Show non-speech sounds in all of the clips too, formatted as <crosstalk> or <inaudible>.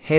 Hey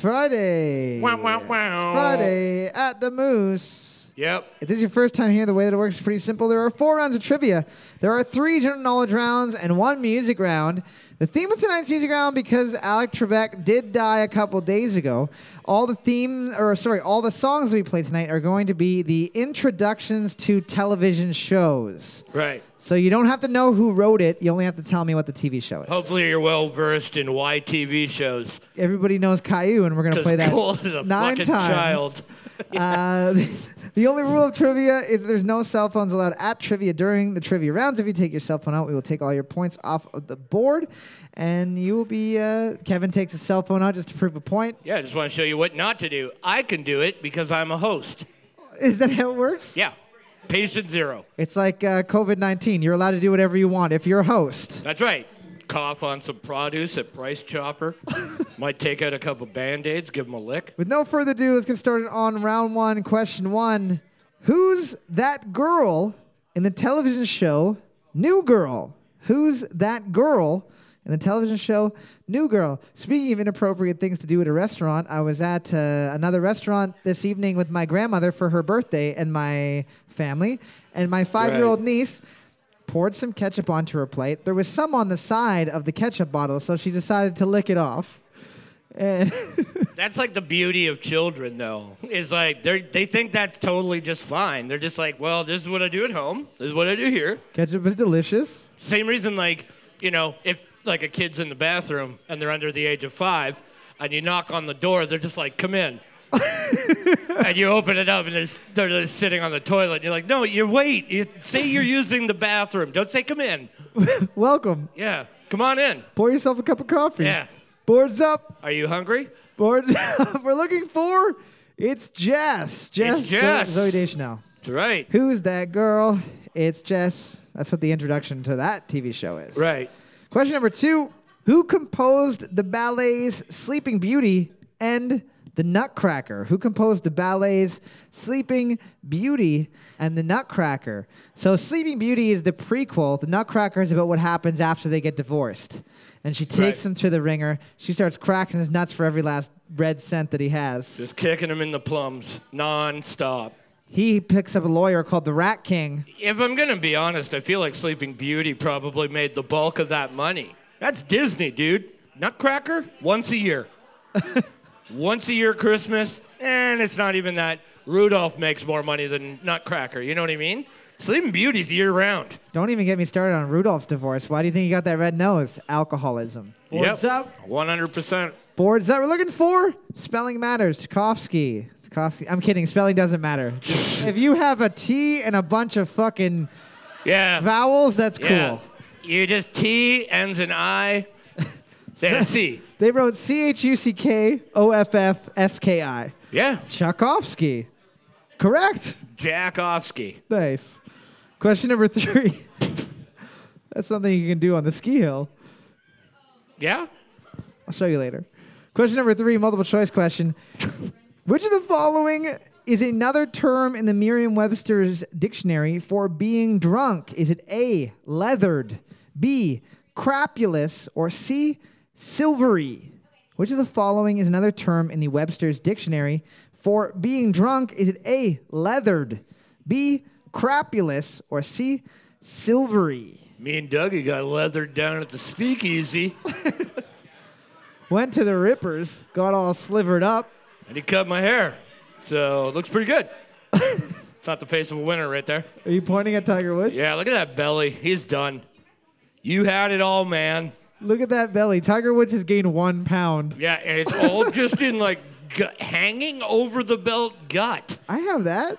Friday. Wow, wow, wow. Friday at the Moose. Yep. If this is your first time here, the way that it works is pretty simple. There are four rounds of trivia. There are three general knowledge rounds and one music round. The theme of tonight's music round, because Alec Trebek did die a couple days ago, all the theme, or sorry, all the songs we play tonight are going to be the introductions to television shows. Right. So you don't have to know who wrote it. You only have to tell me what the TV show is. Hopefully you're well versed in why TV shows. Everybody knows Caillou, and we're gonna 'Cause play that Cole is a nine fucking times. child. <laughs> Uh, <laughs> the only rule of trivia is there's no cell phones allowed at trivia during the trivia rounds. If you take your cell phone out, we will take all your points off of the board, and you will be. Uh, Kevin takes his cell phone out just to prove a point. <laughs> Yeah, I just want to show you what not to do. I can do it because I'm a host. Is that how it works? Yeah. Patient zero. It's like uh, COVID 19. You're allowed to do whatever you want if you're a host. That's right. Cough on some produce at Price Chopper. <laughs> Might take out a couple band aids, give them a lick. With no further ado, let's get started on round one, question one. Who's that girl in the television show New Girl? Who's that girl in the television show New Girl? Speaking of inappropriate things to do at a restaurant, I was at uh, another restaurant this evening with my grandmother for her birthday and my family, and my five year old Right. niece poured some ketchup onto her plate. There was some on the side of the ketchup bottle, so she decided to lick it off. And. That's like the beauty of children, though. Is like they they think that's totally just fine. They're just like, well, this is what I do at home. This is what I do here. Ketchup is delicious. Same reason, like, you know, if like a kid's in the bathroom and they're under the age of five and you knock on the door, they're just like, come in. and you open it up and they're, s- they're just sitting on the toilet. And you're like, no, you wait. You, say you're using the bathroom. Don't say come in. Welcome. Yeah, come on in. Pour yourself a cup of coffee. Yeah. Boards up. Are you hungry? Boards <laughs> up. We're looking for it's Jess. Jess. Zo- Jess. Zoe Deschanel. That's <laughs> right. Who's that girl? It's Jess. That's what the introduction to that TV show is. Right. Question number two Who composed the ballets Sleeping Beauty and The Nutcracker? Who composed the ballets Sleeping Beauty and The Nutcracker? So, Sleeping Beauty is the prequel. The Nutcracker is about what happens after they get divorced. And she takes Right. him to the ringer. She starts cracking his nuts for every last red cent that he has. Just kicking him in the plums nonstop. He picks up a lawyer called the Rat King. If I'm going to be honest, I feel like Sleeping Beauty probably made the bulk of that money. That's Disney, dude. Nutcracker, once a year. <laughs> once a year Christmas, and it's not even that. Rudolph makes more money than Nutcracker, you know what I mean? Sleeping Beauty's year round. Don't even get me started on Rudolph's divorce. Why do you think he got that red nose? Alcoholism. What's Yep, up? 100%. boards that we're looking for. Spelling matters. Tchaikovsky. Tchaikovsky. I'm kidding. Spelling doesn't matter. if you have a T and a bunch of fucking Yeah. vowels, that's yeah. cool. You just T ends in I. <laughs> Then a C. They wrote C H U C K O F F S K I. Yeah. Tchaikovsky. Correct. Jackowski. Nice. Question number three. <laughs> that's something you can do on the ski hill. Yeah? I'll show you later. Question number three, multiple choice question. Which of the following is another term in the Merriam Webster's dictionary for being drunk? Is it A, leathered, B, crapulous, or C, silvery? Which of the following is another term in the Webster's dictionary for being drunk? Is it A, leathered, B, crapulous, or C, silvery? Me and Dougie got leathered down at the speakeasy. Went to the Rippers, got all slivered up. and he cut my hair. So it looks pretty <laughs> good. it's not the face of a winner right there. Are you pointing at Tiger Woods? Yeah, look at that belly. He's done. You had it all, man. Look at that belly. Tiger Woods has gained one pound. Yeah, and it's <laughs> all just in like gut, hanging over the belt gut. I have that.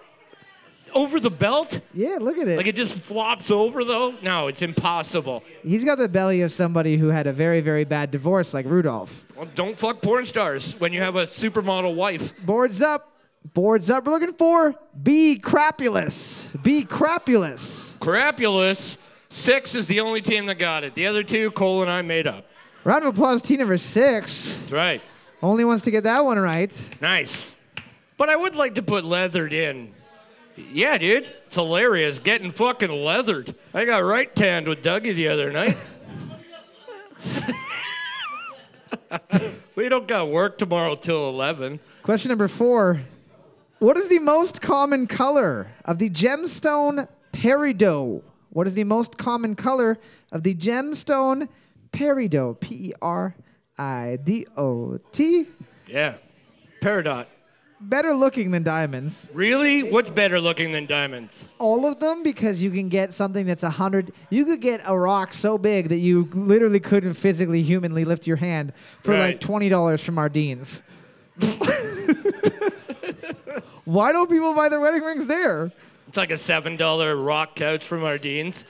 over the belt? Yeah, look at it. Like it just flops over though? No, it's impossible. He's got the belly of somebody who had a very, very bad divorce, like Rudolph. Well, don't fuck porn stars when you have a supermodel wife. Boards up. Boards up. We're looking for B. Crapulous. B. Crapulous. Crapulous. Six is the only team that got it. The other two, Cole and I made up. Round of applause, team number six. That's right. Only wants to get that one right. Nice. But I would like to put leathered in. Yeah, dude. It's hilarious. Getting fucking leathered. I got right tanned with Dougie the other night. we don't got work tomorrow till 11. Question number four What is the most common color of the gemstone peridot? What is the most common color of the gemstone peridot? P E R I D O T. Yeah. Peridot. Better looking than diamonds. Really? What's better looking than diamonds? All of them because you can get something that's a hundred. You could get a rock so big that you literally couldn't physically, humanly lift your hand for like Right. twenty dollars from our deans. <laughs> Why don't people buy their wedding rings there? It's like a $7 rock couch from Ardeen's.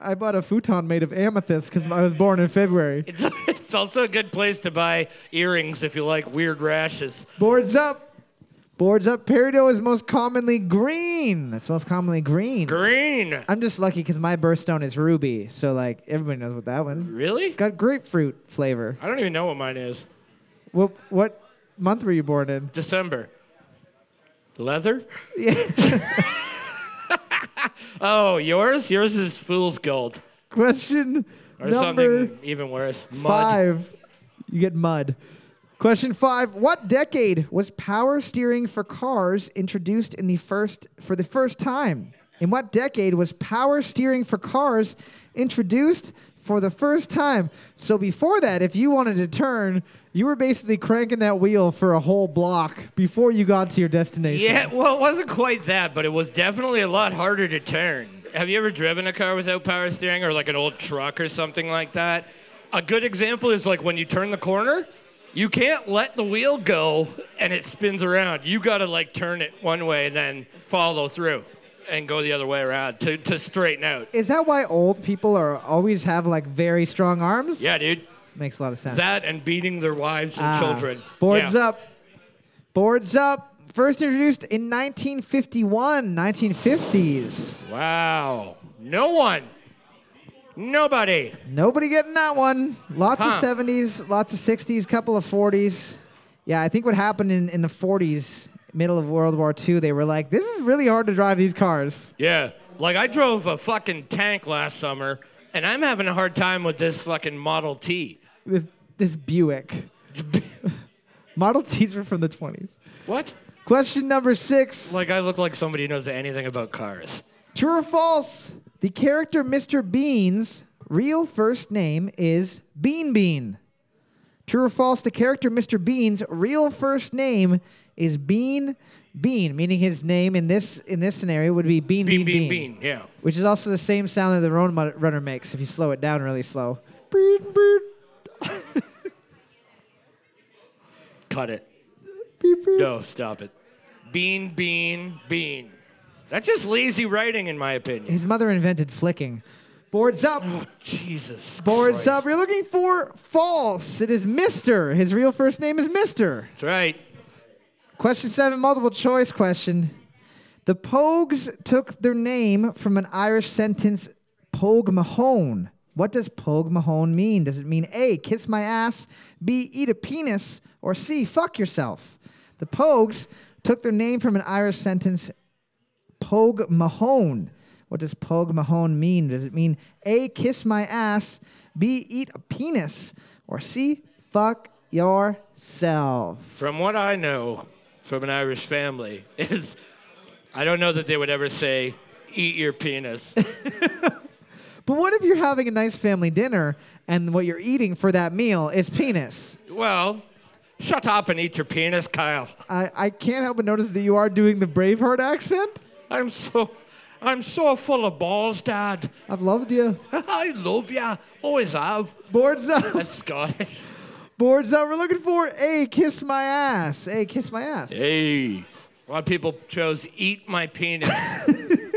I bought a futon made of amethyst because I was born in February. It's, <laughs> it's also a good place to buy earrings if you like weird rashes. Boards up. Boards up. Peridot is most commonly green. It's most commonly green. Green. I'm just lucky because my birthstone is ruby, so like everybody knows what that one. Really? Got grapefruit flavor. I don't even know what mine is. What what month were you born in? December. Leather? <laughs> oh, yours? Yours is fool's gold. Question Or number something even worse. Mud. five. You get mud. Question five: What decade was power steering for cars introduced in the first for the first time? In what decade was power steering for cars introduced for the first time? So before that, if you wanted to turn, you were basically cranking that wheel for a whole block before you got to your destination. Yeah, well, it wasn't quite that, but it was definitely a lot harder to turn. Have you ever driven a car without power steering or like an old truck or something like that? A good example is like when you turn the corner, you can't let the wheel go and it spins around. You got to like turn it one way and then follow through and go the other way around to, to straighten out. Is that why old people are always have like very strong arms? Yeah, dude. makes a lot of sense. That and beating their wives and Ah, children. Boards Yeah. up. Boards up. First introduced in 1951, 1950s. Wow. No one. Nobody. Nobody getting that one. Lots Huh. of 70s, lots of 60s, couple of 40s. Yeah, I think what happened in, in the 40s, middle of World War II, they were like, this is really hard to drive these cars. Yeah. Like I drove a fucking tank last summer and I'm having a hard time with this fucking Model T. This, this Buick. <laughs> Model T's were from the 20s. What? Question number six. Like I look like somebody who knows anything about cars. True or false? The character Mr. Bean's real first name is Bean Bean. True or false? The character Mr. Bean's real first name is Bean Bean, meaning his name in this in this scenario would be Bean Bean Bean bean bean. Yeah. which is also the same sound that the Road Mud- Runner makes if you slow it down really slow. Bean Bean Cut it. Bean Bean. No, stop it. Bean bean bean. That's just lazy writing in my opinion. His mother invented flicking. Boards up. Jesus. Boards Oh, Christ. up. You're looking for false. It is Mr. His real first name is Mr. That's right. Question seven, multiple choice question. The Pogues took their name from an Irish sentence, Pogue Mahone. What does Pogue Mahone mean? Does it mean A, kiss my ass, B, eat a penis, or C, fuck yourself? The Pogues took their name from an Irish sentence, Pogue Mahone. What does Pogue Mahone mean? Does it mean A, kiss my ass, B, eat a penis, or C, fuck yourself? From what I know from an Irish family <laughs> is I don't know that they would ever say eat your penis. <laughs> But what if you're having a nice family dinner and what you're eating for that meal is penis? well, shut up and eat your penis, Kyle. I, I can't help but notice that you are doing the Braveheart accent. I'm so I'm so full of balls, Dad. <laughs> I've loved you. I love ya. Always have. <laughs> Boards up. That's Scottish. Boards up. We're looking for a kiss my ass. A kiss my ass. Hey. A lot of people chose eat my penis. <laughs>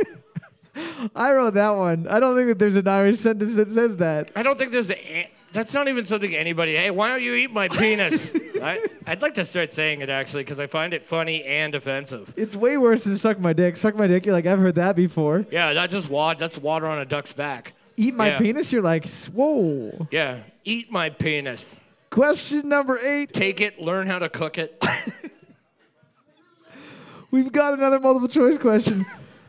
I wrote that one. I don't think that there's an Irish sentence that says that. I don't think there's a. That's not even something anybody. Hey, why don't you eat my penis? I, I'd like to start saying it actually because I find it funny and offensive. It's way worse than suck my dick. Suck my dick, you're like, I've heard that before. Yeah, that just water. That's water on a duck's back. Eat my Yeah. penis, you're like, whoa. Yeah, eat my penis. Question number eight. Take it. Learn how to cook it. <coughs> We've got another multiple choice question.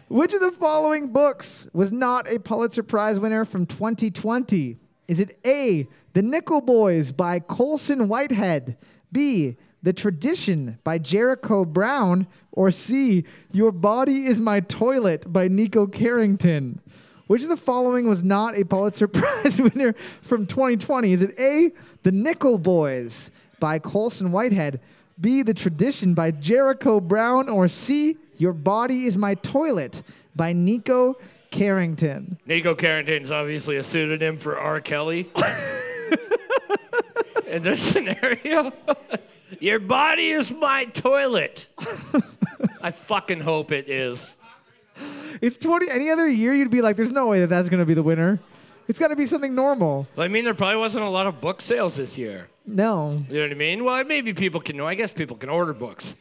Which of the following books was not a Pulitzer Prize winner from 2020? Is it A, The Nickel Boys by Colson Whitehead, B, The Tradition by Jericho Brown, or C, Your Body is My Toilet by Nico Carrington? Which of the following was not a Pulitzer <laughs> Prize winner from 2020? Is it A, The Nickel Boys by Colson Whitehead, B, The Tradition by Jericho Brown, or C, Your Body is My Toilet by Nico Carrington? Nico Carrington's obviously a pseudonym for R. Kelly. In this scenario, <laughs> your body is my toilet. I fucking hope it is. If 20 any other year, you'd be like, there's no way that that's going to be the winner. It's got to be something normal. I mean, there probably wasn't a lot of book sales this year. No. You know what I mean? Well, maybe people can know. I guess people can order books.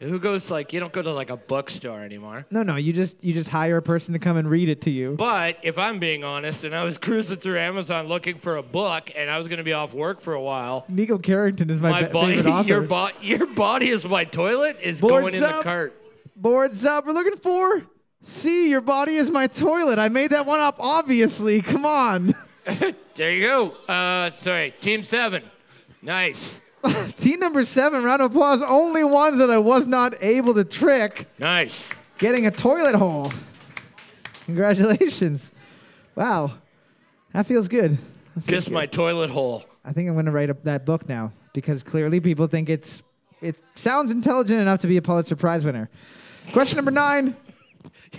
Who goes like you don't go to like a bookstore anymore? No, no, you just you just hire a person to come and read it to you. But if I'm being honest, and I was <laughs> cruising through Amazon looking for a book, and I was going to be off work for a while, Nico Carrington is my, my be- body, favorite <laughs> author. your, bo- your body is my toilet is Boards going in up. the cart. Boards up. We're looking for C. Your body is my toilet. I made that one up, obviously. Come on. <laughs> There you go. Uh, sorry, Team Seven. Nice, Team number seven, round of applause. Only ones that I was not able to trick nice. getting a toilet hole. Congratulations. Wow. That feels good. That feels Kiss my toilet hole. <laughs> I think I'm going to write up that book now because clearly people think it's it sounds intelligent enough to be a Pulitzer Prize winner. Question number nine.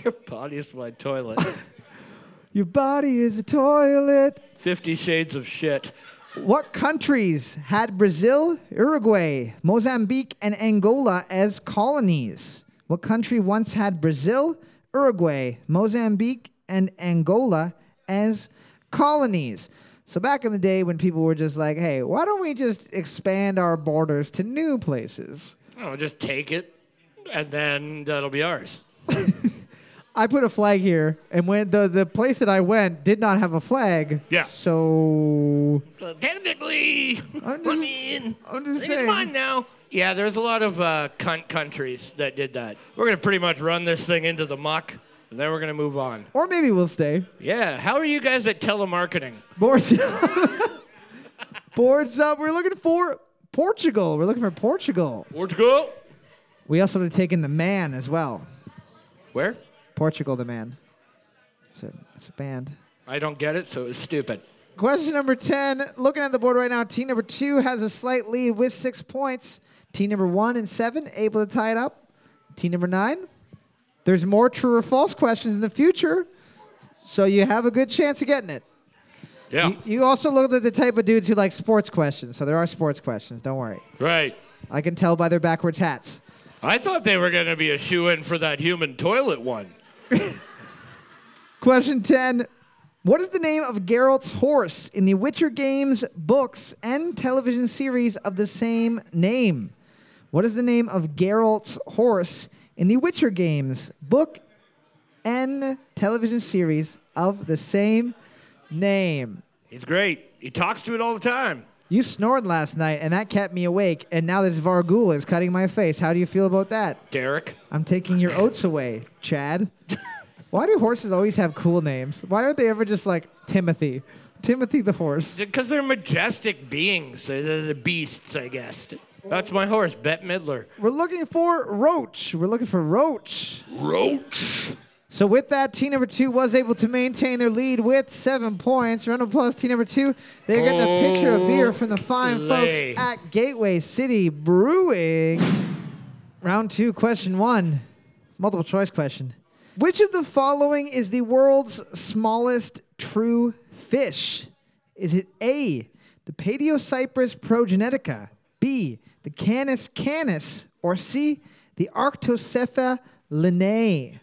Your body is my <laughs> toilet. Your body is a toilet. Fifty Shades of Shit. What countries had Brazil, Uruguay, Mozambique, and Angola as colonies? What country once had Brazil, Uruguay, Mozambique, and Angola as colonies? So back in the day when people were just like, hey, why don't we just expand our borders to new places? Oh, just take it, and then that'll be ours. I put a flag here, and when the, the place that I went did not have a flag. Yeah. So So technically, let I'm just- me in. I'm just Think it's saying. mine now. Yeah, there's a lot of uh, cunt countries that did that. We're gonna pretty much run this thing into the muck, and then we're gonna move on. or maybe we'll stay. Yeah, how are you guys at telemarketing? Boards <laughs> up. Boards up. We're looking for Portugal. We're looking for Portugal. Portugal. We also would have taken the man as well. Where? Portugal the man. It's a, it's a band. I don't get it, so it's stupid. Question number 10. Looking at the board right now, team number two has a slight lead with six points. Team number one and seven able to tie it up. Team number nine. There's more true or false questions in the future, so you have a good chance of getting it. Yeah. You, you also look at the type of dudes who like sports questions, so there are sports questions. Don't worry. Right. I can tell by their backwards hats. I thought they were going to be a shoe in for that human toilet one. Question 10. What is the name of Geralt's horse in the Witcher games, books, and television series of the same name? What is the name of Geralt's horse in the Witcher games, book, and television series of the same name? He's great. He talks to it all the time. You snored last night, and that kept me awake, and now this Vargul is cutting my face. How do you feel about that? Derek. I'm taking your oats away, Chad. Why do horses always have cool names? Why aren't they ever just like Timothy? Timothy the horse. Because they're majestic beings. They're, they're the beasts, I guess. That's my horse, Bette Midler. We're looking for Roach. We're looking for Roach. Roach. So with that, team number two was able to maintain their lead with seven points. Round of applause, team number two. They're getting a pitcher of beer from the fine folks Olay. at Gateway City Brewing. Round two, question one, multiple choice question. Which of the following is the world's smallest true fish? Is it A, the Padiocyprus progenetica, B, the Canis canis, or C, the Arctocepha linnae.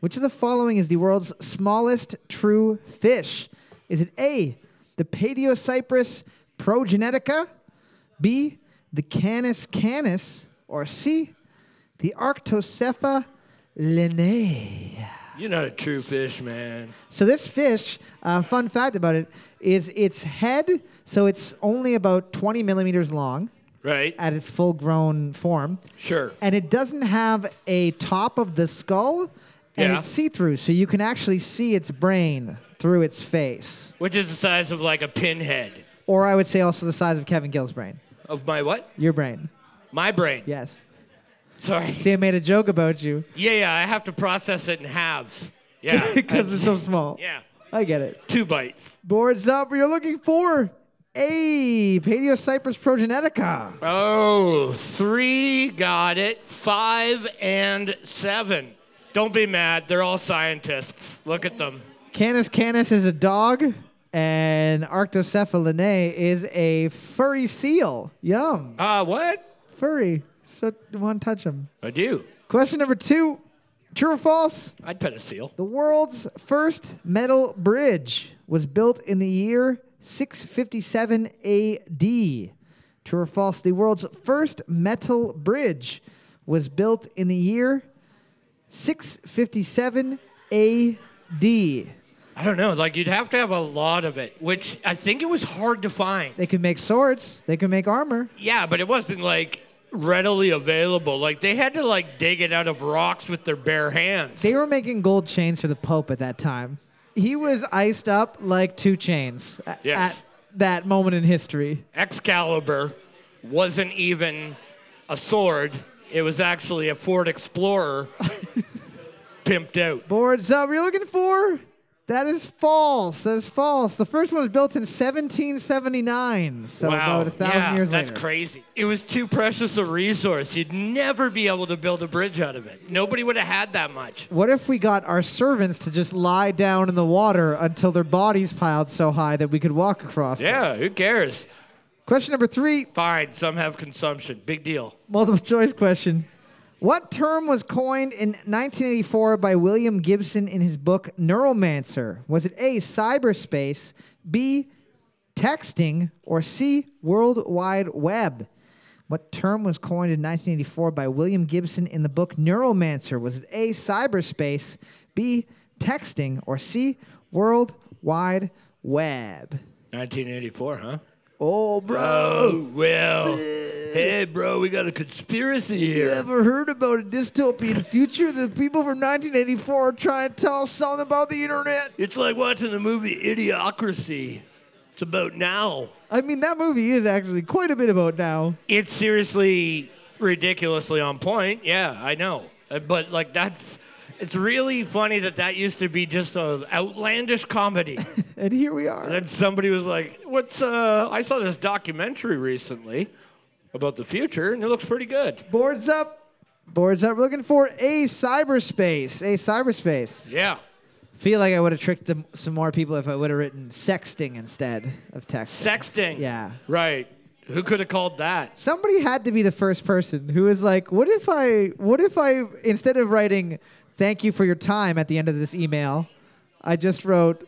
Which of the following is the world's smallest true fish? Is it A, the Padiocyprus progenetica, B, the Canis canis, or C, the Arctocepha linnae? You're not a true fish, man. So this fish, uh, fun fact about it, is its head, so it's only about 20 millimeters long Right? at its full grown form. Sure. And it doesn't have a top of the skull, and Yeah. it's see through, so you can actually see its brain through its face. Which is the size of like a pinhead. Or I would say also the size of Kevin Gill's brain. Of my what? Your brain. My brain. Yes. Sorry. See, I made a joke about you Yeah, yeah, I have to process it in halves. <laughs> Yeah. <laughs> because it's so small. yeah. I get it. Two bites. Boards up. You're looking for a Padiocyprus progenetica. Oh, three got it. Five and seven. Don't be mad. They're all scientists. Look at them. Canis canis is a dog, and Arctocephalinae is a furry seal. Yum. Ah, what? Furry. So want to touch them. I do. Question number two. True or false? I'd pet a seal. The world's first metal bridge was built in the year 657 AD. True or false? The world's first metal bridge was built in the year 657 AD. I don't know. Like, you'd have to have a lot of it, which I think it was hard to find. They could make swords. They could make armor. Yeah, but it wasn't like readily available. Like, they had to like dig it out of rocks with their bare hands. They were making gold chains for the Pope at that time. He was iced up like two chains a- Yes. at that moment in history. Excalibur wasn't even a sword, it was actually a Ford <laughs> Explorer pimped out. Boards up. You're looking for? That is false. That is false. The first one was built in 1779, so wow. about a thousand yeah, years that's later. crazy. It was too precious a resource. You'd never be able to build a bridge out of it. Nobody would have had that much. What if we got our servants to just lie down in the water until their bodies piled so high that we could walk across? them? Yeah, who cares? Question number three. Fine, some have consumption. Big deal. Multiple choice question. What term was coined in 1984 by William Gibson in his book Neuromancer? Was it A, cyberspace, B, texting, or C, World Wide Web? What term was coined in 1984 by William Gibson in the book Neuromancer? Was it A, cyberspace, B, texting, or C, World Wide Web? 1984, huh? Oh, bro. Oh, well. <laughs> Hey, bro, we got a conspiracy here. You ever heard about a dystopian future? The people from 1984 are trying to tell us something about the internet. It's like watching the movie Idiocracy. It's about now. I mean, that movie is actually quite a bit about now. It's seriously ridiculously on point. Yeah, I know. Uh, But like that's it's really funny that that used to be just a outlandish comedy. and And here we are. then somebody was like, "What's uh I saw this documentary recently about the future and it looks pretty good." Boards up. Boards up. We're looking for a cyberspace. A cyberspace. Yeah. Feel like I would have tricked them- some more people if I would have written sexting instead of texting. Sexting. Yeah. Right. Who could have called that? Somebody had to be the first person who was like, "What if I? What if I instead of writing thank you for your time at the end of this email, I just wrote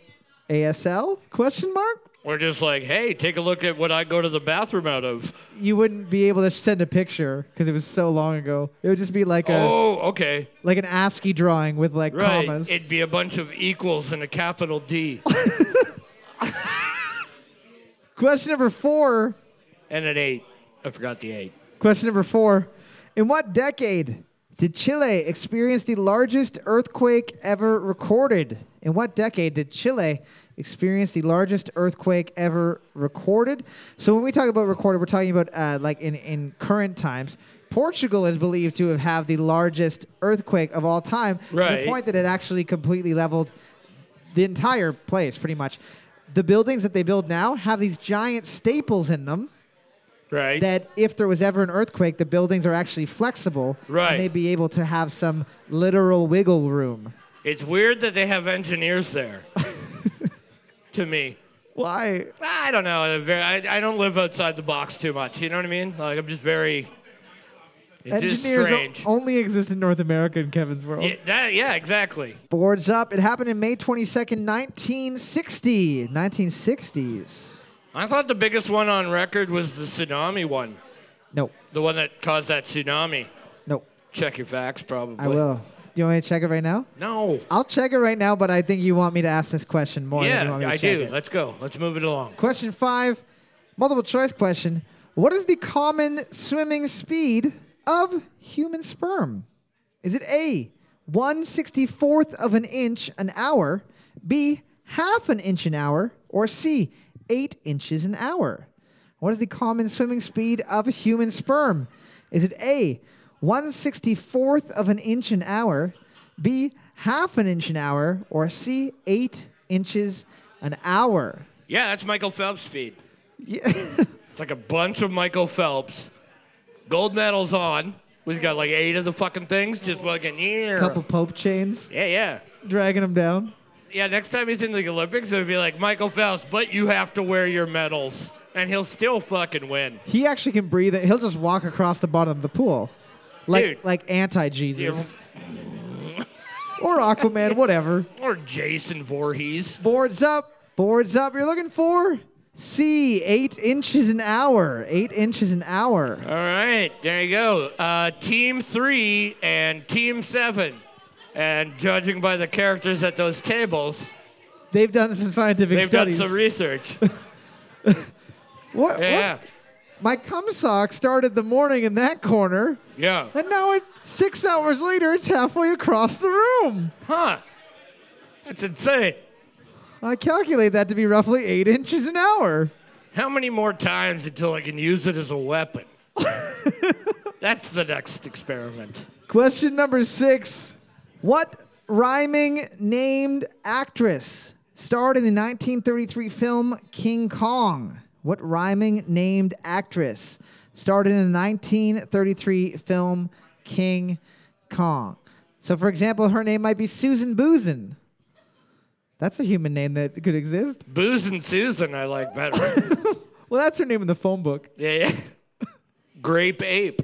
ASL question mark? We're just like, "Hey, take a look at what I go to the bathroom out of." You wouldn't be able to send a picture because it was so long ago. It would just be like a Oh, okay. like an ASCII drawing with like Right. commas. It'd be a bunch of equals and a capital <laughs> D question number four. and an eight. I forgot the eight. Question number four. In what decade did Chile experience the largest earthquake ever recorded? In what decade did Chile experience the largest earthquake ever recorded? So when we talk about recorded, we're talking about uh, like in, in current times. Portugal is believed to have had the largest earthquake of all time to Right. the point that it actually completely leveled the entire place, pretty much. The buildings that they build now have these giant staples in them Right. that if there was ever an earthquake, the buildings are actually flexible, Right. and they'd be able to have some literal wiggle room. it's weird that they have engineers <laughs> there. to me. Why? I don't know. I'm very- I, I don't live outside the box too much. You know what I mean? Like, I'm just very It's just Engineers o- strange. only exist in North America in Kevin's world. yeah, that- yeah, exactly. Boards up. It happened in May 22nd, 1960. 1960s. I thought the biggest one on record was the tsunami one, Nope. the one that caused that tsunami. Nope. Check your facts, probably. I will. Do you want me to check it right now? No. I'll check it right now, but I think you want me to ask this question more than you yeah, want me to I check do. it. Let's go. Let's move it along. Question five, multiple choice question. What is the common swimming speed of human sperm? Is it A, 164th of an inch an hour, B, half an inch an hour, or C, eight inches an hour? What is the common swimming speed of a human sperm? Is it A, 164th of an inch an hour, B, half an inch an hour, or C, eight inches an hour? Yeah, that's Michael Phelps' speed. Yeah. It's like a bunch of Michael Phelps. Gold medals on. We've got like eight of the fucking things. Just fucking yeah. couple Pope chains Yeah, yeah. dragging him down. Yeah, next time he's in the Olympics, it'll be like Michael Phelps, but you have to wear your medals. And he'll still fucking win. He actually can breathe it. He'll just walk across the bottom of the pool. Like Dude. like anti Jesus. or Aquaman, whatever. Or Jason Voorhees. Boards up. Boards up. You're looking for C, eight inches an hour. Eight inches an hour. All right, there you go. Uh, team three and team seven. And judging by the characters at those tables, They've done some scientific they've studies. done some research. What- Yeah. what's- my cum sock started the morning in that corner, Yeah. and now it's six hours later, it's halfway across the room. Huh. That's insane. I calculate that to be roughly eight inches an hour. How many more times until I can use it as a weapon? That's the next experiment. Question number six What rhyming named actress starred in the 1933 film King Kong? What rhyming named actress starred in the 1933 film King Kong? So, for example, her name might be Susan Boozin. That's a human name that could exist. Booze and Susan, I like better. Well, that's her name in the phone book. yeah, yeah. Grape ape.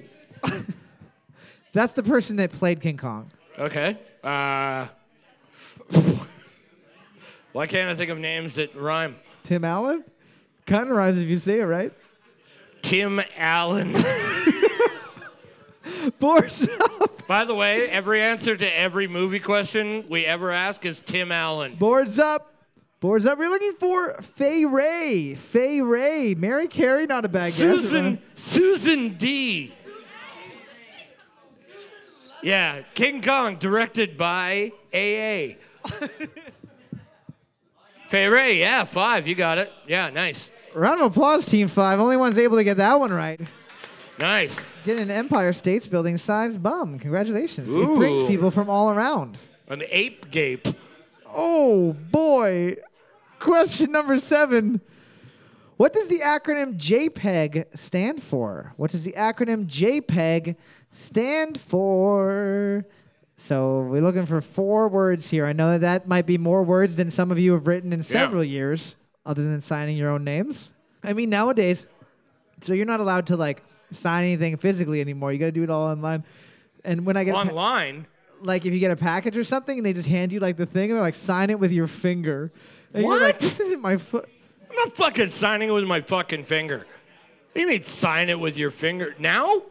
That's the person that played King Kong. Okay. Uh, <laughs> why can't I think of names that rhyme? Tim Allen? Kind of rhymes if you say it right. Tim Allen. Boards <laughs> up. By the way, every answer to every movie question we ever ask is Tim Allen. Boards up. Boards up. We're looking for Faye Ray. Faye Ray. Mary Carey, not a bad guess. Susan Susan D. Yeah, King Kong, directed by <laughs> AA. Ferre, yeah, five, you got it. Yeah, nice, Round of applause, Team 5. Only one's able to get that one right. nice. Get an Empire States Building size bum. Congratulations. It brings Ooh. people from all around. An ape gape. Oh, boy. Question number seven. What does the acronym JPEG stand for? What does the acronym JPEG stand for? So we're looking for four words here. I know that that might be more words than some of you have written in several years, other than signing your own names. I mean, nowadays, so you're not allowed to like sign anything physically anymore. You got to do it all online. And when I get a pa- Online, like if you get a package or something and they just hand you like the thing and they're like sign it with your finger and you're like What? this isn't my foot I'm not fucking signing it with my fucking finger. You need sign it with your finger now,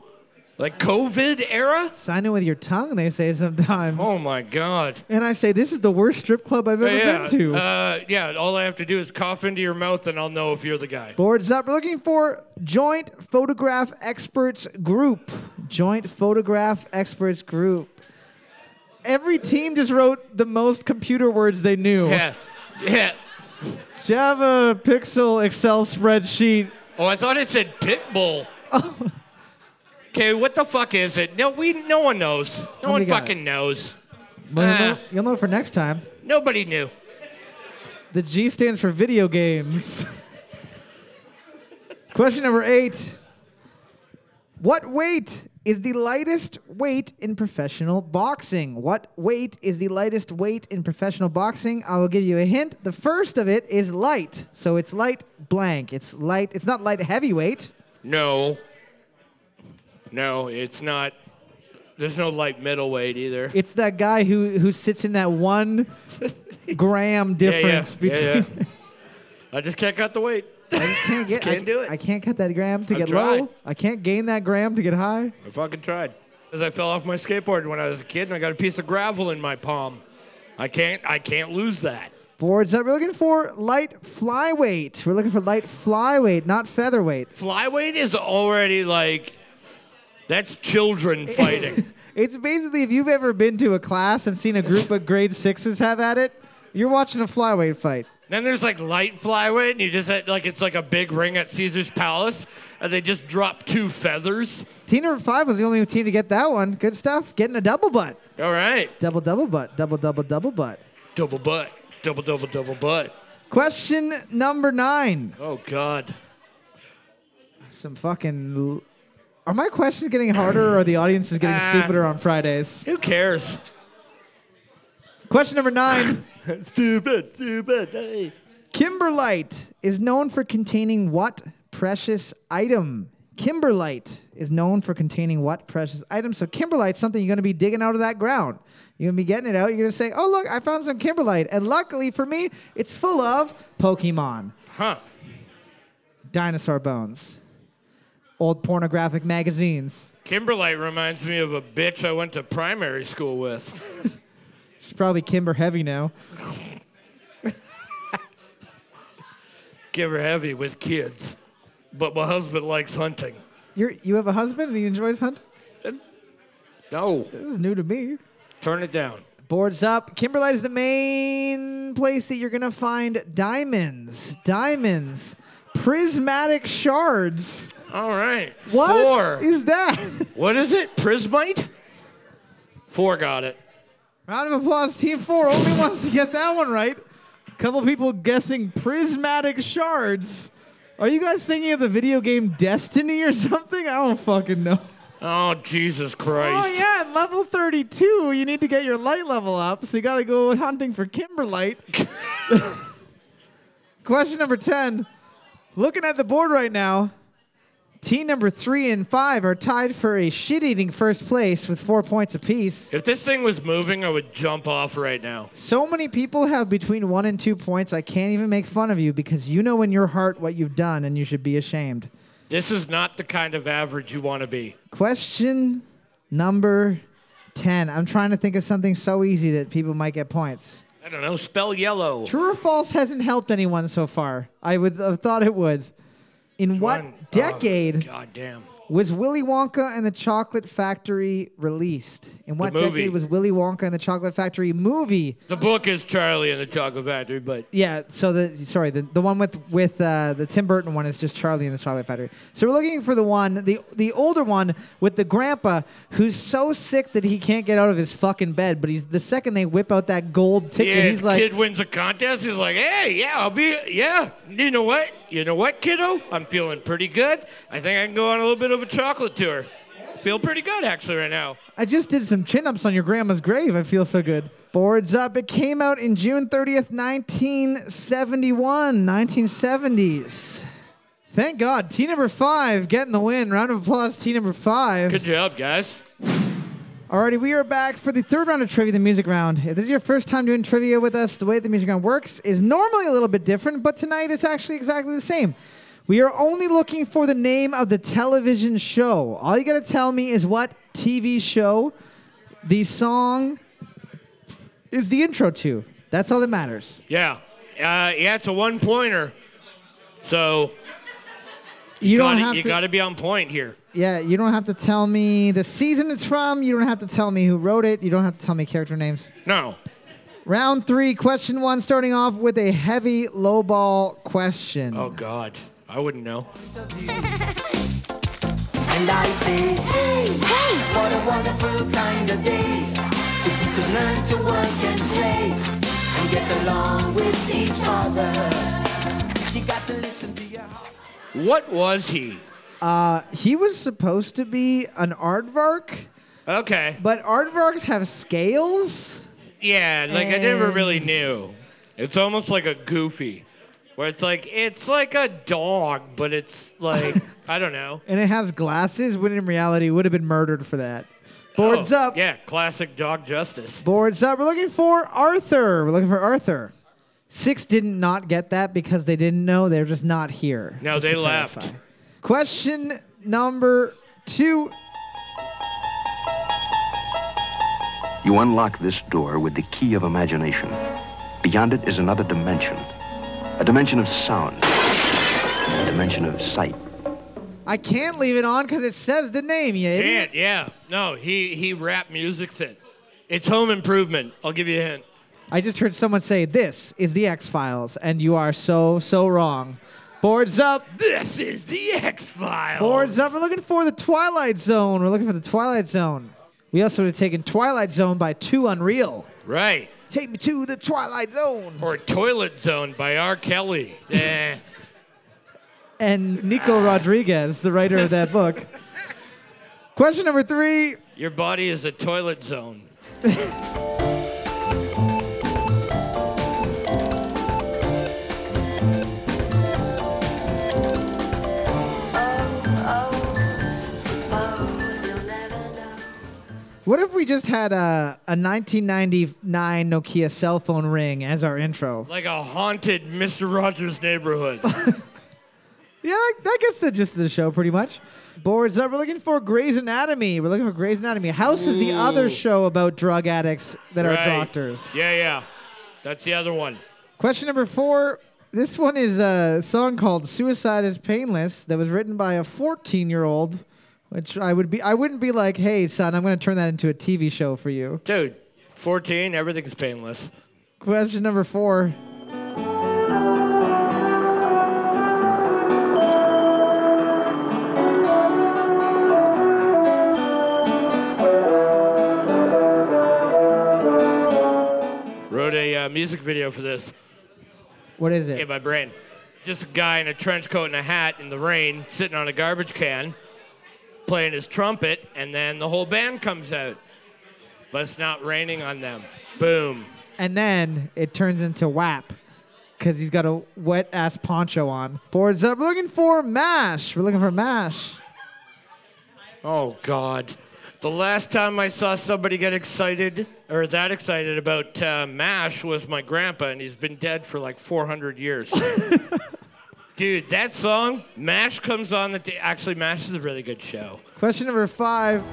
like COVID era. sign it with your tongue they say sometimes Oh my god. and i say this is the worst strip club i've ever yeah, been to Uh, yeah, all I have to do is cough into your mouth and I'll know if you're the guy. boards up we're looking for joint photograph experts group joint photograph experts group every team just wrote the most computer words they knew Yeah. Yeah. java pixel excel spreadsheet Oh, I thought it said pit <laughs> bull. Okay, what the fuck is it? No, we no one knows. No Nobody one got fucking knows. well, you'll, Ah. know, you'll know for next time Nobody knew. The G stands for video games. Question number eight. What weight is the lightest weight in professional boxing? What weight is the lightest weight in professional boxing? I will give you a hint. The first of it is light. So it's light blank. It's light. It's not light heavyweight. No. No, it's not. There's no light middleweight either. It's that guy who who sits in that one gram Yeah, yeah, difference yeah, between. <laughs> yeah. <laughs> I just can't cut the weight. I just can't get. I, Can't do it. I can't cut that gram to I've get tried. low. I can't gain that gram to get high. I fucking tried. Because I fell off my skateboard when I was a kid, and I got a piece of gravel in my palm. I can't. I can't lose that. Boards up. We're looking for light flyweight. We're looking for light flyweight, not featherweight. Flyweight is already like. That's children fighting. It's basically if you've ever been to a class and seen a group of grade sixes have at it, you're watching a flyweight fight. then there's like light flyweight, and you just had, like it's like a big ring at Caesar's Palace, and they just drop two feathers. Team number five was the only team to get that one. Good stuff. Getting a double butt. All right, Double, double butt. Double, double, double butt. double butt, double double double butt. Question number nine. Oh God. Some fucking. l- Are my questions getting harder or the audience is getting Ah. stupider on Fridays? Who cares? <laughs> Question number nine. stupid, stupid. Hey. Kimberlite is known for containing what precious item? Kimberlite is known for containing what precious item? So kimberlite's something you're going to be digging out of that ground. You're going to be getting it out. You're going to say, "Oh look, I found some kimberlite." And luckily for me, it's full of Pokemon, Huh. dinosaur bones, old pornographic magazines. Kimberlite reminds me of a bitch I went to primary school with. She's probably kimber heavy now. Give her heavy with kids. But my husband likes hunting. You're, you have a husband and he enjoys hunting. No. This is new to me. Turn it down. Boards up. Kimberlite is the main place that you're going to find diamonds. Diamonds. Prismatic shards. All right. What is Four. that? <laughs> what is it? Prismite? Four got it. Round of applause. Team four only wants to get that one right. couple people guessing prismatic shards. Are you guys thinking of the video game Destiny or something? I don't fucking know. Oh, Jesus Oh, Christ. yeah. at Level 32. You need to get your light level up, so you got to go hunting for Kimberlite. <laughs> Question number 10. Looking at the board right now, team number three and five are tied for a shit eating first place with four points apiece. If this thing was moving, I would jump off right now. So many people have between one and two points, I can't even make fun of you because you know in your heart what you've done and you should be ashamed. This is not the kind of average you want to be. Question number 10. I'm trying to think of something so easy that people might get points. I don't know. Spell yellow. True or false hasn't helped anyone so far. I would have thought it would. In One- oh, what decade God damn. was Willy Wonka and the Chocolate Factory released? In what movie. decade was Willy Wonka and the Chocolate Factory movie? The book is Charlie and the Chocolate Factory, but Yeah, so the sorry, the, the one with with uh, the Tim Burton one is just Charlie and the Chocolate Factory. So we're looking for the one, the the older one with the grandpa who's so sick that he can't get out of his fucking bed, but he's the second they whip out that gold ticket, Yeah, he's like kid wins a contest. He's like, hey, yeah, I'll be, yeah. You know what? You know what, kiddo? I'm feeling pretty good. I think I can go on a little bit of a chocolate tour. Feel pretty good actually right now. I just did some chin ups on your grandma's grave. I feel so good. Boards Up. It came out in June 30th, 1971. 1970s. Thank God. Team number five getting the win. Round of applause, team number five. Good job, guys. Alrighty, we are back for the third round of trivia, the music round. If this is your first time doing trivia with us, the way the music round works is normally a little bit different, but tonight it's actually exactly the same. We are only looking for the name of the television show. All you gotta tell me is what TV show the song is the intro to. That's all that matters. Yeah, uh, yeah. It's a one pointer. So You, don't gotta- have you to. got to be on point here. Yeah, you don't have to tell me the season it's from. You don't have to tell me who wrote it. You don't have to tell me character names. No, Round three, question one, starting off with a heavy low ball question. oh God, I wouldn't know. And I say, hey, hey, what a wonderful kind of day. If we could learn to work and play and get along with each other. You got to listen to your heart. What was he? He was supposed to be an aardvark, Okay. but aardvarks have scales. Yeah, like I never really And- knew. It's almost like a goofy. where it's like it's like a dog, but it's <laughs> like I don't know. and it has glasses when in reality would have been murdered for that. Boards Oh, up. Yeah, classic dog justice. Boards up. We're looking for Arthur. We're looking for Arthur. Six didn't not get that because they didn't know. They're just not here. No, just they to left. clarify. Question number two. You unlock this door with the key of imagination. Beyond it is another dimension a dimension of sound, a dimension of sight. I can't leave it on because it says the name, you idiot. Can't, yeah. No, he he rap music's it. It's home improvement. I'll give you a hint. I just heard someone say, This is the X Files, and you are so, so wrong. Boards up. This is the X Files. Boards up. We're looking for the Twilight Zone. We're looking for the Twilight Zone. We also would have taken Twilight Zone by Two Unreal. Right. Take me to the Twilight Zone. Or Toilet Zone by R. Kelly. <laughs> Eh. And Nico Rodriguez, the writer of that book. <laughs> Question number three. Your body is a toilet zone. Oh, Suppose you'll never know. What if we just had a, a 1999 Nokia cell phone ring as our intro? Like a haunted Mr. Rogers <laughs> neighborhood. Yeah, that, that gets the gist of the show pretty much. Boards up. We're looking for Grey's Anatomy. We're looking for Grey's Anatomy. House is the other show about drug addicts that right. are doctors. Yeah, yeah. That's the other one. Question number four. This one is a song called "Suicide Is Painless" that was written by a 14-year-old, which I would be. I wouldn't be like, "Hey, son, I'm going to turn that into a TV show for you." Dude, 14, everything's painless. Question number four. Wrote a uh, music video for this What is it? in my brain. Just a guy in a trench coat and a hat in the rain sitting on a garbage can playing his trumpet, and then the whole band comes out. But it's not raining on them. Boom. And then it turns into WAP because he's got a wet ass poncho on. Boards up. We're looking for MASH. We're looking for MASH. Oh, God. The last time I saw somebody get excited or that excited about uh, MASH was my grandpa, and he's been dead for like 400 years. Dude, that song, MASH comes on the day. Actually, MASH is a really good show. Question number five.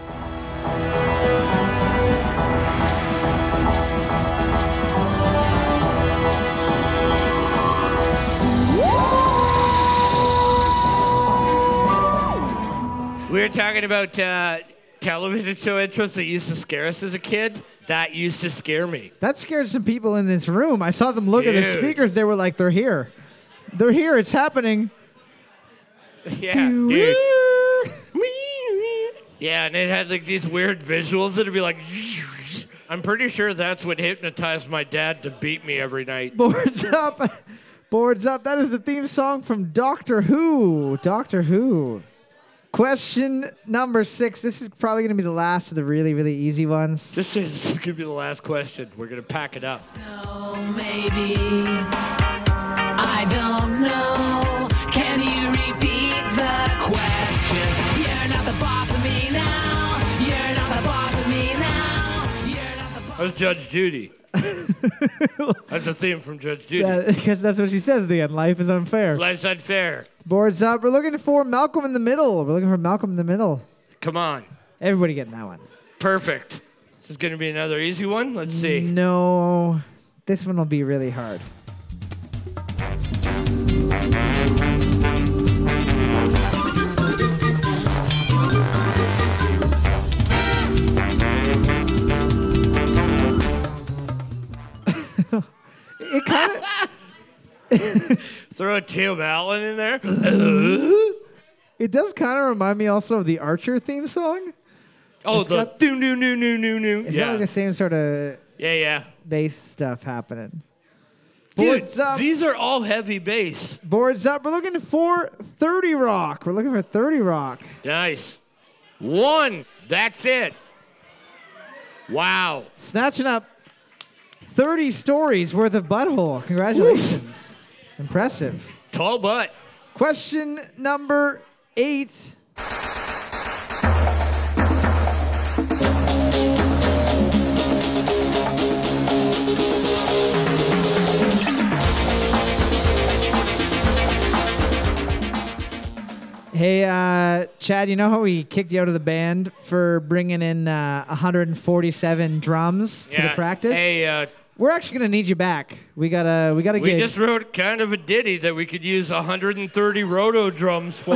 We were talking about uh, television show intros that used to scare us as a kid. That used to scare me. That scared some people in this room. I saw them look at the Dude. speakers. They were like, they're here. They're here. It's happening. Yeah, dude. Yeah, and it had like these weird visuals that'd be like. <laughs> I'm pretty sure that's what hypnotized my dad to beat me every night. <laughs> Boards up. Boards up. That is the theme song from Doctor Who. Doctor Who. Question number six. This is probably going to be the last of the really, really easy ones. This is, this is gonna be the last question. We're gonna pack it up. Oh, maybe. I don't know. Can you repeat the question? You're not the boss of me now. You're not the boss of me now. You're not the boss. That was Judge <laughs> Judy. that's a theme from Judge Judy. Because that's what she says at the end. Life is unfair. Life's unfair. Boards up. We're looking for Malcolm in the Middle. We're looking for Malcolm in the Middle. Come on. Everybody getting that one. Perfect. This is gonna be another easy one. Let's see. No, this one will be really hard. <laughs> it kind of. Throw a Tim Allen in there. It does kind of remind me also of the Archer theme song. Oh, It's the got- doo doo doo doo doo doo. It's Yeah. got like the same sort of yeah, yeah. bass stuff happening. Dude, Boards up. these are all heavy bass. Boards up. We're looking for 30 Rock. We're looking for 30 Rock. Nice. One. That's it. Wow. Snatching up 30 stories worth of butthole. Congratulations. Impressive. Tall butt. Question number eight. Hey, uh, Chad, you know how we kicked you out of the band for bringing in uh, 147 drums to the practice? Hey, uh, We're actually gonna need you back. We gotta, we gotta we get. just wrote kind of a ditty that we could use 130 roto drums <laughs> for.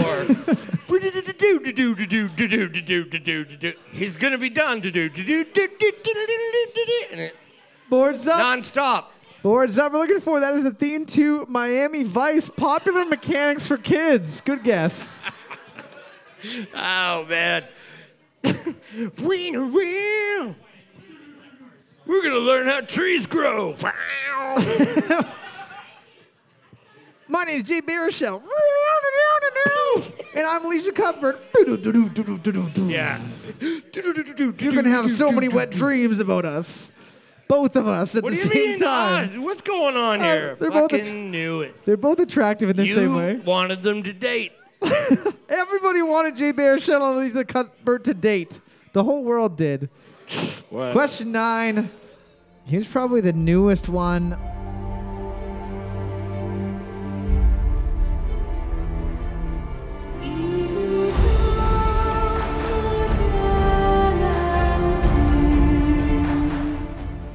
He's gonna be done. And it- boards up. Nonstop. Boards up. We're looking for that is the theme to Miami Vice Popular Mechanics for Kids. Good guess. Oh man. <laughs> we in a real. We're gonna learn how trees <laughs> grow. My name is Jay Baruchel. and I'm Alicia Cuthbert. yeah. You're going to have so many wet dreams about us. Both of us at <laughs> What the do you same mean? Oz? time. What's going on here? Uh, they're both Fucking att- knew it. They're both attractive in their you same way. wanted them to date. Everybody wanted Jay Baruchel and Alicia Cuthbert to date. The whole world did. What? Question nine. Here's probably the newest one.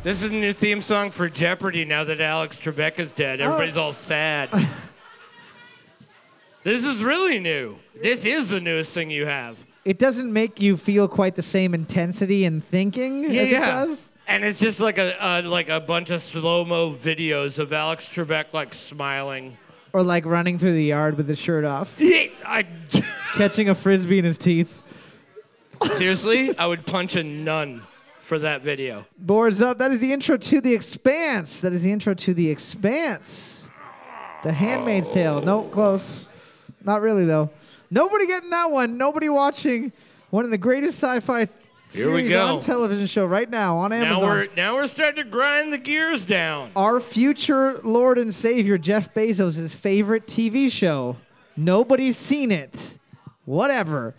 This is the new theme song for Jeopardy now that Alex Trebek is Oh. dead. Everybody's all <laughs> sad. this is really new. This is the newest thing you have. It doesn't make you feel quite the same intensity and thinking as it does. And it's just like a, a like a bunch of slow mo videos of Alex Trebek like <laughs> smiling. Or like running through the yard with his shirt off, I, catching a frisbee in his teeth. seriously, I would punch a nun for that video. Boards up. That is the intro to The Expanse. That is the intro to The Expanse. The Oh. Handmaid's Tale. No, close. Not really, though. Nobody getting that one. Nobody watching one of the greatest sci fi Here we series go. on television show right now on Amazon. Now we're now we're starting to grind the gears down. our future Lord and Savior Jeff Bezos' favorite TV show. Nobody's seen it. Whatever.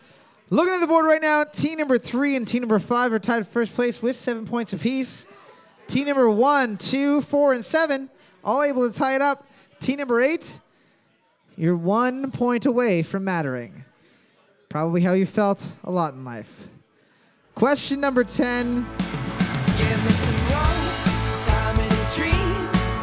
Looking at the board right now, team number three and team number five are tied first place with seven points apiece. Team number one, two, four, and seven all able to tie it up. Team number eight, you're one point away from mattering. Probably how you felt a lot in life. Question number 10. Give me some rope, time and a dream.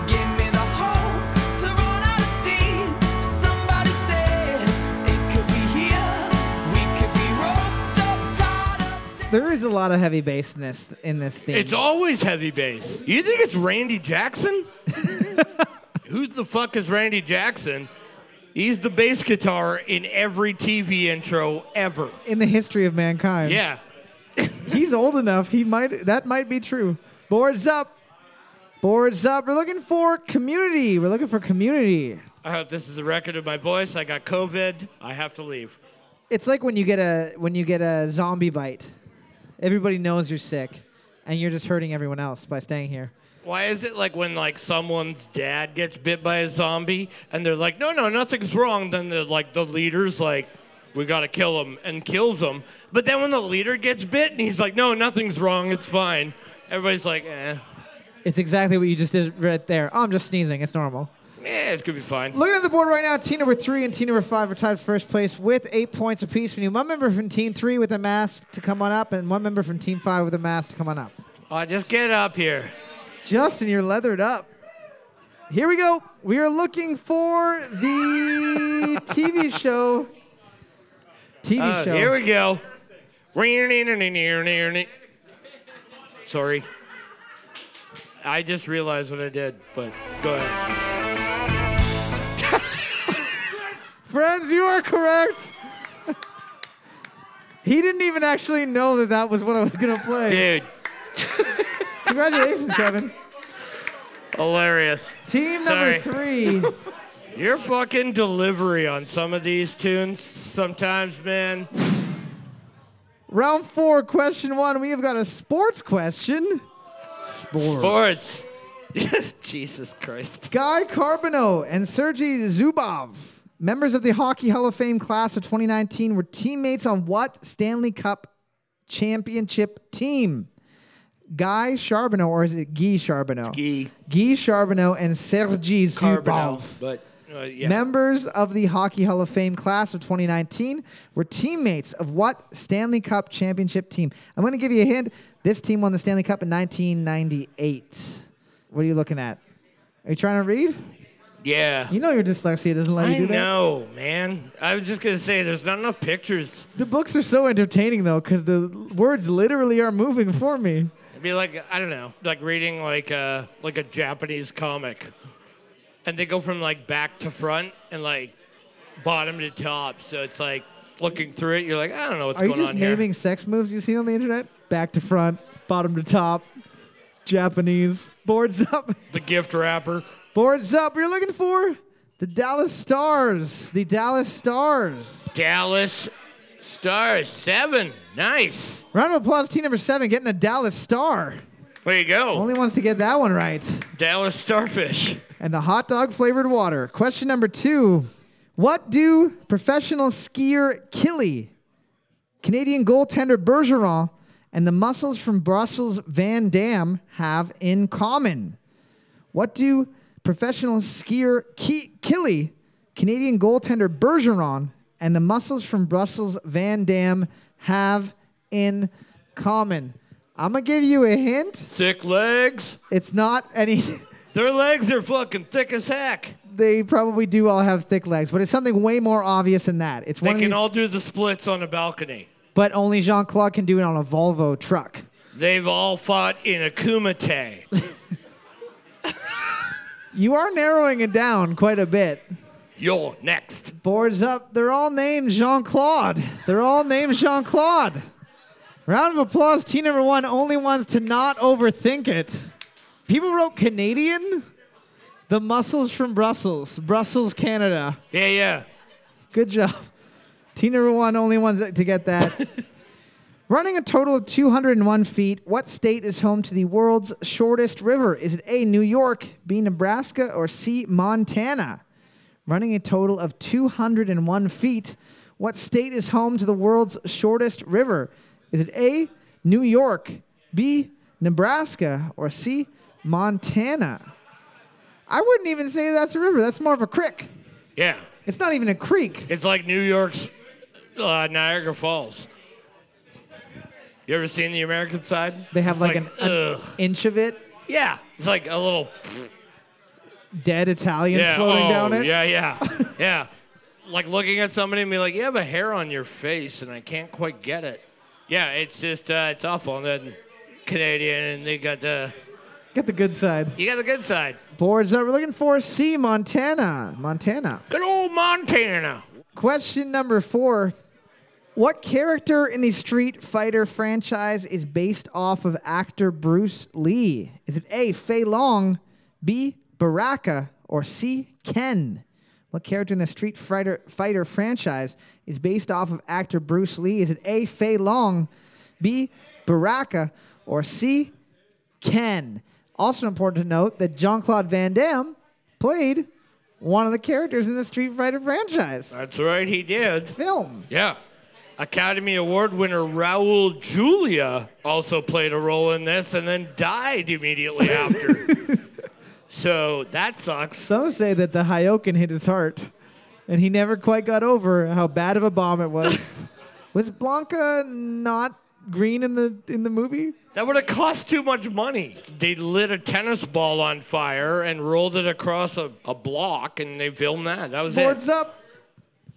Give me the hope to run out of steam. Somebody said it could be here. We could be roped up, tied up. There is a lot of heavy bass in this in this theme. It's always heavy bass. You think it's Randy <laughs> Jackson? Who the fuck is Randy Jackson? He's the bass guitar in every TV intro ever. in the history of mankind. Yeah. He's old enough. He might that might be true. Boards up. Boards up. We're looking for community. We're looking for community. I hope this is a record of my voice. I got COVID. I have to leave. It's like when you get a when you get a zombie bite. Everybody knows you're sick and you're just hurting everyone else by staying here. Why is it like when like someone's dad gets bit by a zombie and they're like, no, no, nothing's wrong. Then the like the leader's like, we gotta kill him and kills him. But then when the leader gets bit and he's like, no, nothing's wrong. It's fine. Everybody's like, eh, It's exactly what you just did right there. Oh, I'm just sneezing. It's normal. yeah, it's gonna be fine. Looking at the board right now, team number three and team number five are tied first place with eight points apiece. We need one member from team three with a mask to come on up and one member from team five with a mask to come on up. Uh, just get up here. Justin, you're leathered up. Here we go. We are looking <laughs> for the TV show. TV Uh, show. here we go. Sorry. I just realized what I did, but go ahead. Friends, you are correct. he didn't even actually know that that was what I was going to play. Dude, Congratulations, Kevin. hilarious. Team Sorry. number three. Your fucking delivery on some of these tunes sometimes, man. Round four, question one. We have got a sports question. Sports. Sports. <laughs> Jesus Christ. Guy Carbono and Sergei Zubov, members of the Hockey Hall of Fame class of 2019, were teammates on what Stanley Cup championship team? Guy Charbonneau, or is it Guy Charbonneau? Guy. Guy Charbonneau and Sergei Zubov. Carbono. But uh, yeah. Members of the Hockey Hall of Fame class of 2019 were teammates of what Stanley Cup championship team? I'm going to give you a hint. This team won the Stanley Cup in 1998. What are you looking at? Are you trying to read? yeah. You know your dyslexia doesn't let you I do that. know, man. I was just gonna say there's not enough pictures. The books are so entertaining though, because the words literally are moving for me. It'd be like I don't know, like reading like a like a Japanese comic, and they go from like back to front and like bottom to top. So it's like looking through it, you're like, I don't know what's are you going just on naming here. sex moves you see on the internet? Back to front, bottom to top, Japanese, boards up. <laughs> The gift wrapper. Boards up. You're looking for the Dallas Stars. The Dallas Stars. Dallas Stars seven. Nice. Round of applause, team number seven, getting a Dallas Star. There you go. Only wants to get that one right. Dallas Starfish. And the hot dog flavored water. Question number two What do professional skier Killy, Canadian goaltender Bergeron, and the muscles from Brussels Van Dam have in common? What do professional skier Ki- Killy, Canadian goaltender Bergeron, and the muscles from Brussels Van Dam have in common? I'm going to give you a hint. Thick legs. It's not any. <laughs> Their legs are fucking thick as heck. they probably do all have thick legs, but it's something way more obvious than that. It's They one of can these, all do the splits on a balcony. but only Jean Claude can do it on a Volvo truck. They've all fought in a kumite. You are narrowing it down quite a bit. You're next. Boards up. They're all named Jean Claude. They're all named Jean Claude. Round of applause. Team number one, only ones to not overthink it. People wrote Canadian. The muscles from Brussels, Brussels, Canada. Yeah, yeah. Good job. Team number one, only ones to get that. Running a total of 201 feet, what state is home to the world's shortest river? Is it A, New York, B, Nebraska, or C, Montana? Running a total of 201 feet, what state is home to the world's shortest river? Is it A, New York, B, Nebraska, or C, Montana? I wouldn't even say that's a river. That's more of a creek. Yeah. It's not even a creek. It's like New York's uh, Niagara Falls. You ever seen the American side? They have It's like, an, an ugh. inch of it yeah. It's like a little dead Italian yeah, floating oh, down it. Yeah, <laughs> yeah, yeah. Like looking at somebody and be like, "You have a hair on your face, and I can't quite get it." Yeah, it's just uh, it's awful. And then Canadian, and they got the Get the good side. you got the good side. Boards that we're looking for C Montana. Montana. Good old Montana. Question number four. What character in the Street Fighter franchise is based off of actor Bruce Lee? Is it A, Fei Long, B, Baraka, or C, Ken? What character in the Street Fighter, Fighter franchise is based off of actor Bruce Lee? Is it A, Fei Long, B, Baraka, or C, Ken? Also important to note that Jean Claude Van Damme played one of the characters in the Street Fighter franchise That's right, he did. film. Yeah. Academy Award winner Raul Julia also played a role in this and then died immediately after. so that sucks. Some say that the Hayoken hit his heart, and he never quite got over how bad of a bomb it was. was Blanca not green in the in the movie? That would have cost too much money. They lit a tennis ball on fire and rolled it across a, a block and they filmed that. That was Boards it. up,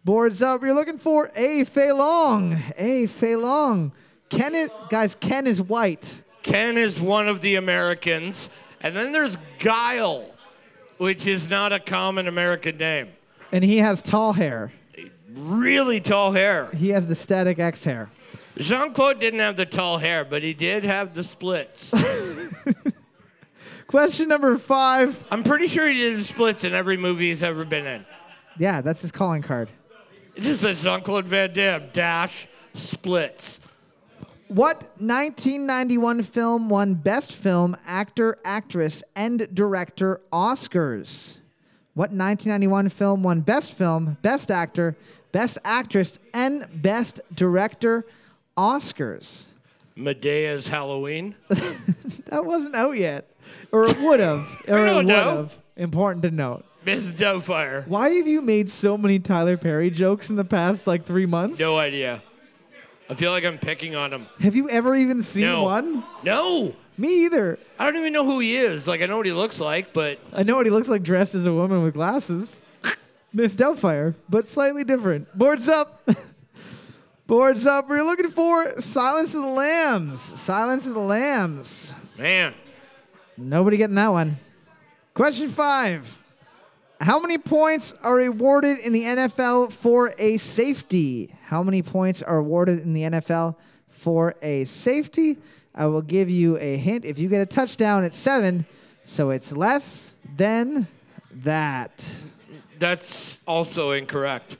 boards up. You're looking for a Fei Long, a Fei Long. Ken, it, guys, Ken is white. Ken is one of the Americans. And then there's Guile, which is not a common American name. And he has tall hair. Really tall hair. He has the static X hair. Jean Claude didn't have the tall hair, but he did have the <laughs> splits. Question number five. I'm pretty sure he did the splits in every movie he's ever been in. Yeah, that's his calling card. It just says Jean Claude Van Damme dash splits. What 1991 film won Best Film, Actor, Actress, and Director Oscars? What 1991 film won Best Film, Best Actor, Best Actress, and Best Director Oscars? Medea's Halloween. That wasn't out yet. Or it <laughs> would have. Or it don't would know. have. Important to note. Mrs. Doubtfire. Why have you made so many Tyler Perry jokes in the past like three months? No idea. I feel like I'm picking on him. Have you ever even seen No. one? No. Me either. I don't even know who he is. Like I know what he looks like, but I know what he looks like dressed as a woman with glasses. Miss Doubtfire, but slightly different. Boards up. <laughs> Boards up. We're looking for Silence of the Lambs. Silence of the Lambs. man, Nobody getting that one. Question five. How many points are awarded in the NFL for a safety? How many points are awarded in the NFL for a safety? I will give you a hint. If you get a touchdown, it's seven, so it's less than that. that's also incorrect.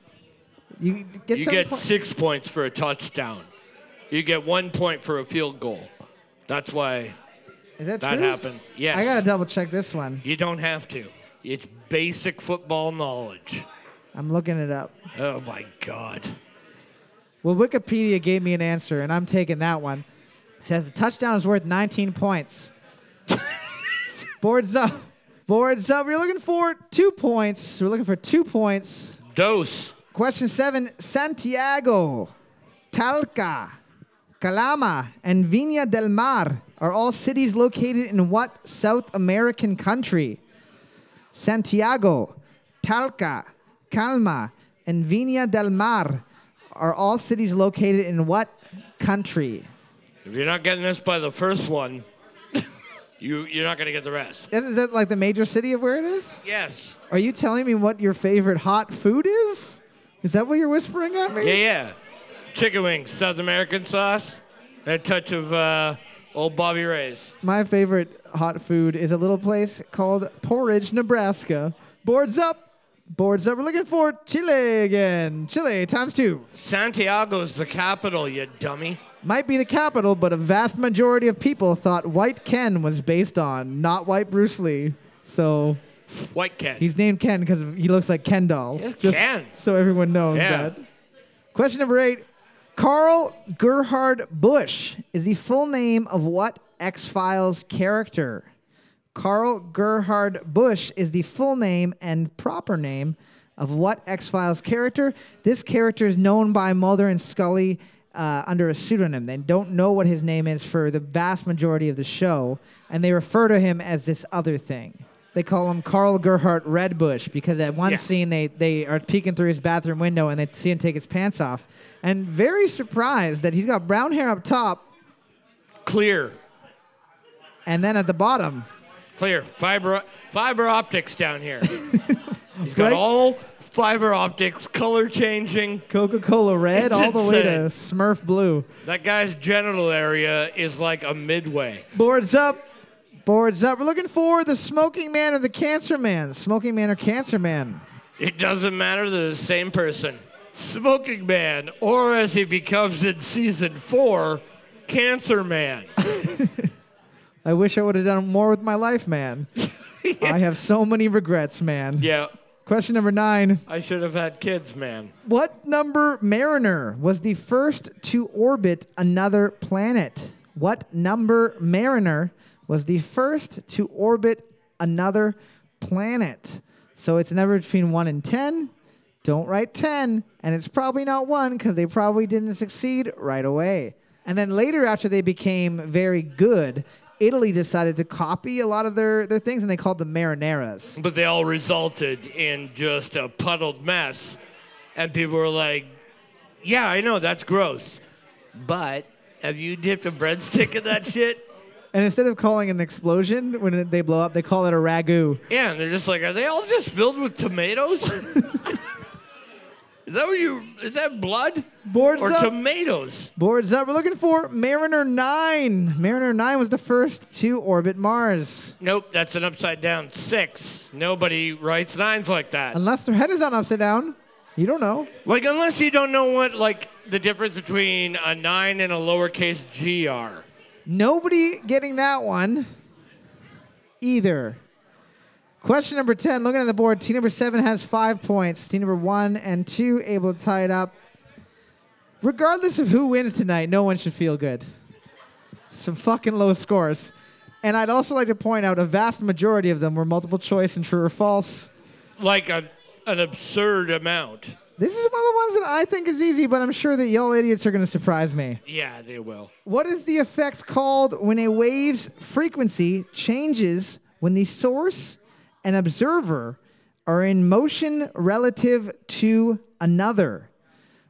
You get You seven get points. six points for a touchdown. You get one point for a field goal. That's why Is that, that true? happened. Yes. I gotta double check this one. you don't have to. It's basic football knowledge. I'm looking it up. Oh my God. Well, Wikipedia gave me an answer, and I'm taking that one. It says the touchdown is worth 19 points. <laughs> Boards up. Boards up. We're looking for two points. We're looking for two points. Dose. Question seven Santiago, Talca, Calama, and Viña del Mar are all cities located in what South American country? Santiago, Talca, Calma, and Viña del Mar are all cities located in what country? If you're not getting this by the first one, <laughs> you you're not gonna get the rest. Is that like the major city of where it is? Yes. Are you telling me what your favorite hot food is? Is that what you're whispering at me? Yeah, yeah. Chicken wings, South American sauce, and a touch of uh, old Bobby Ray's. My favorite hot food is a little place called Porridge, Nebraska. Boards up. Boards up. We're looking for Chile again. Chile times two. Santiago's the capital, you dummy. Might be the capital, but a vast majority of people thought White Ken was based on, not White Bruce Lee. So White Ken. he's named Ken because he looks like Ken doll. Yes, Ken. So everyone knows Yeah. that. Question number eight Carl Gerhard Busch is the full name of what X Files character? Carl Gerhard Busch is the full name and proper name of what X Files character? This character is known by Mulder and Scully uh, under a pseudonym. They don't know what his name is for the vast majority of the show, and they refer to him as this other thing. They call him Carl Gerhardt Redbush because at one Yeah. scene they, they are peeking through his bathroom window and they see him take his pants off. And very surprised that he's got brown hair up top Clear. and then at the bottom. Clear. Fiber fiber optics down <laughs> here. He's got Right? all fiber optics, color changing. Coca Cola red It's all the way to insane. Smurf blue. That guy's genital area is like a midway. Boards up. Boards up. We're looking for the smoking man or the cancer man. Smoking man or cancer man. It doesn't matter, they're the same person. Smoking Man, or as he becomes in season four, Cancer Man. I wish I would have done more with my <laughs> life, man. I have so many regrets, man. yeah, Question number nine. I should have had kids, man. What number mariner was the first to orbit another planet? What number mariner was the first to orbit another planet? So it's never between 1 and 10. Don't write 10. And it's probably not 1 because they probably didn't succeed right away. And then later, after they became very good, Italy decided to copy a lot of their, their things and they called them marineras. But they all resulted in just a puddled mess. And people were like, yeah, I know, that's gross. But have you dipped a breadstick in that shit? And instead of calling it an explosion when it, they blow up, they call it a ragu. Yeah, and they're just like, are they all just filled with tomatoes? is that what you, is that blood? Boards or up. tomatoes? Boards up. We're looking for Mariner 9. Mariner 9 was the first to orbit Mars. Nope, that's an upside down six. Nobody writes nines like that. Unless their head is on upside down. You don't know. Like, unless you don't know what, like, the difference between a nine and a lowercase g are. Nobody getting that one either. Question number 10, looking at the board, team number seven has five points. Team number one and two able to tie it up. Regardless of who wins tonight, no one should feel good. Some fucking low scores. And I'd also like to point out a vast majority of them were multiple choice and true or false. Like a, an absurd amount. This is one of the ones that I think is easy, but I'm sure that y'all idiots are going to surprise me. Yeah, they will. What is the effect called when a wave's frequency changes when the source and observer are in motion relative to another?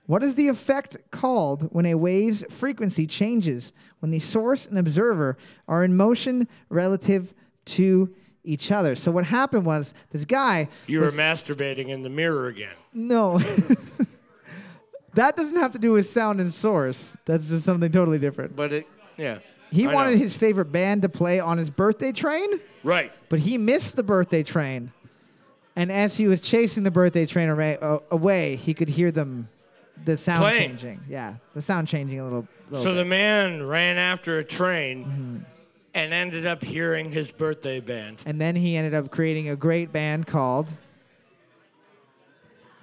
What is the effect called when a wave's frequency changes when the source and observer are in motion relative to each other? So what happened was this guy You was- were masturbating in the mirror again. no. <laughs> that doesn't have to do with sound and source. That's just something totally different. But it, yeah. He I wanted know. his favorite band to play on his birthday train, Right. but he missed the birthday train. And as he was chasing the birthday train array, uh, away, he could hear them, the sound Playing. changing. Yeah, the sound changing a little. little So bit. the man ran after a train and ended up hearing his birthday band. and then he ended up creating a great band called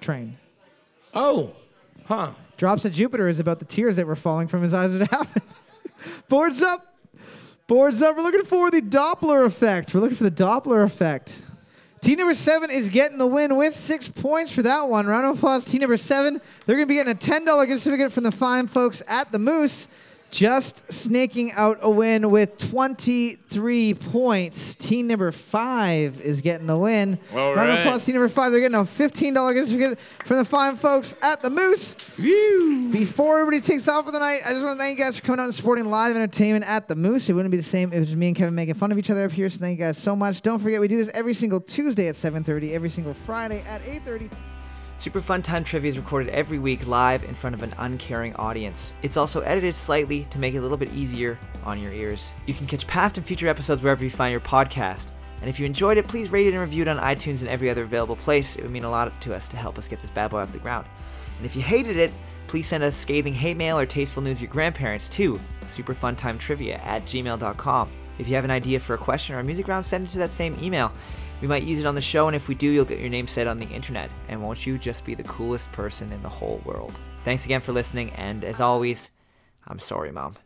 Train. Oh, huh. Drops of Jupiter is about the tears that were falling from his eyes as it happened. <laughs> Boards up. Boards up. We're looking for the Doppler effect. We're looking for the Doppler effect. Team number seven is getting the win with six points for that one. Round of applause, team number seven. They're going to be getting a $10 gift certificate from the fine folks at the Moose. Just snaking out a win with 23 points. Team number five is getting the win. All Round of right. applause, team number five. They're getting a $15 gift certificate from the fine folks at the Moose. Before everybody takes off for the night, I just want to thank you guys for coming out and supporting live entertainment at the Moose. It wouldn't be the same if it was me and Kevin making fun of each other up here. So thank you guys so much. Don't forget we do this every single Tuesday at 7:30, every single Friday at 8:30. Super Fun Time Trivia is recorded every week live in front of an uncaring audience. It's also edited slightly to make it a little bit easier on your ears. You can catch past and future episodes wherever you find your podcast. And if you enjoyed it, please rate it and review it on iTunes and every other available place. It would mean a lot to us to help us get this bad boy off the ground. And if you hated it, please send us scathing hate mail or tasteful news of your grandparents too. Superfuntimetrivia at gmail.com. If you have an idea for a question or a music round, send it to that same email. We might use it on the show, and if we do, you'll get your name said on the internet. And won't you just be the coolest person in the whole world? Thanks again for listening, and as always, I'm sorry, Mom.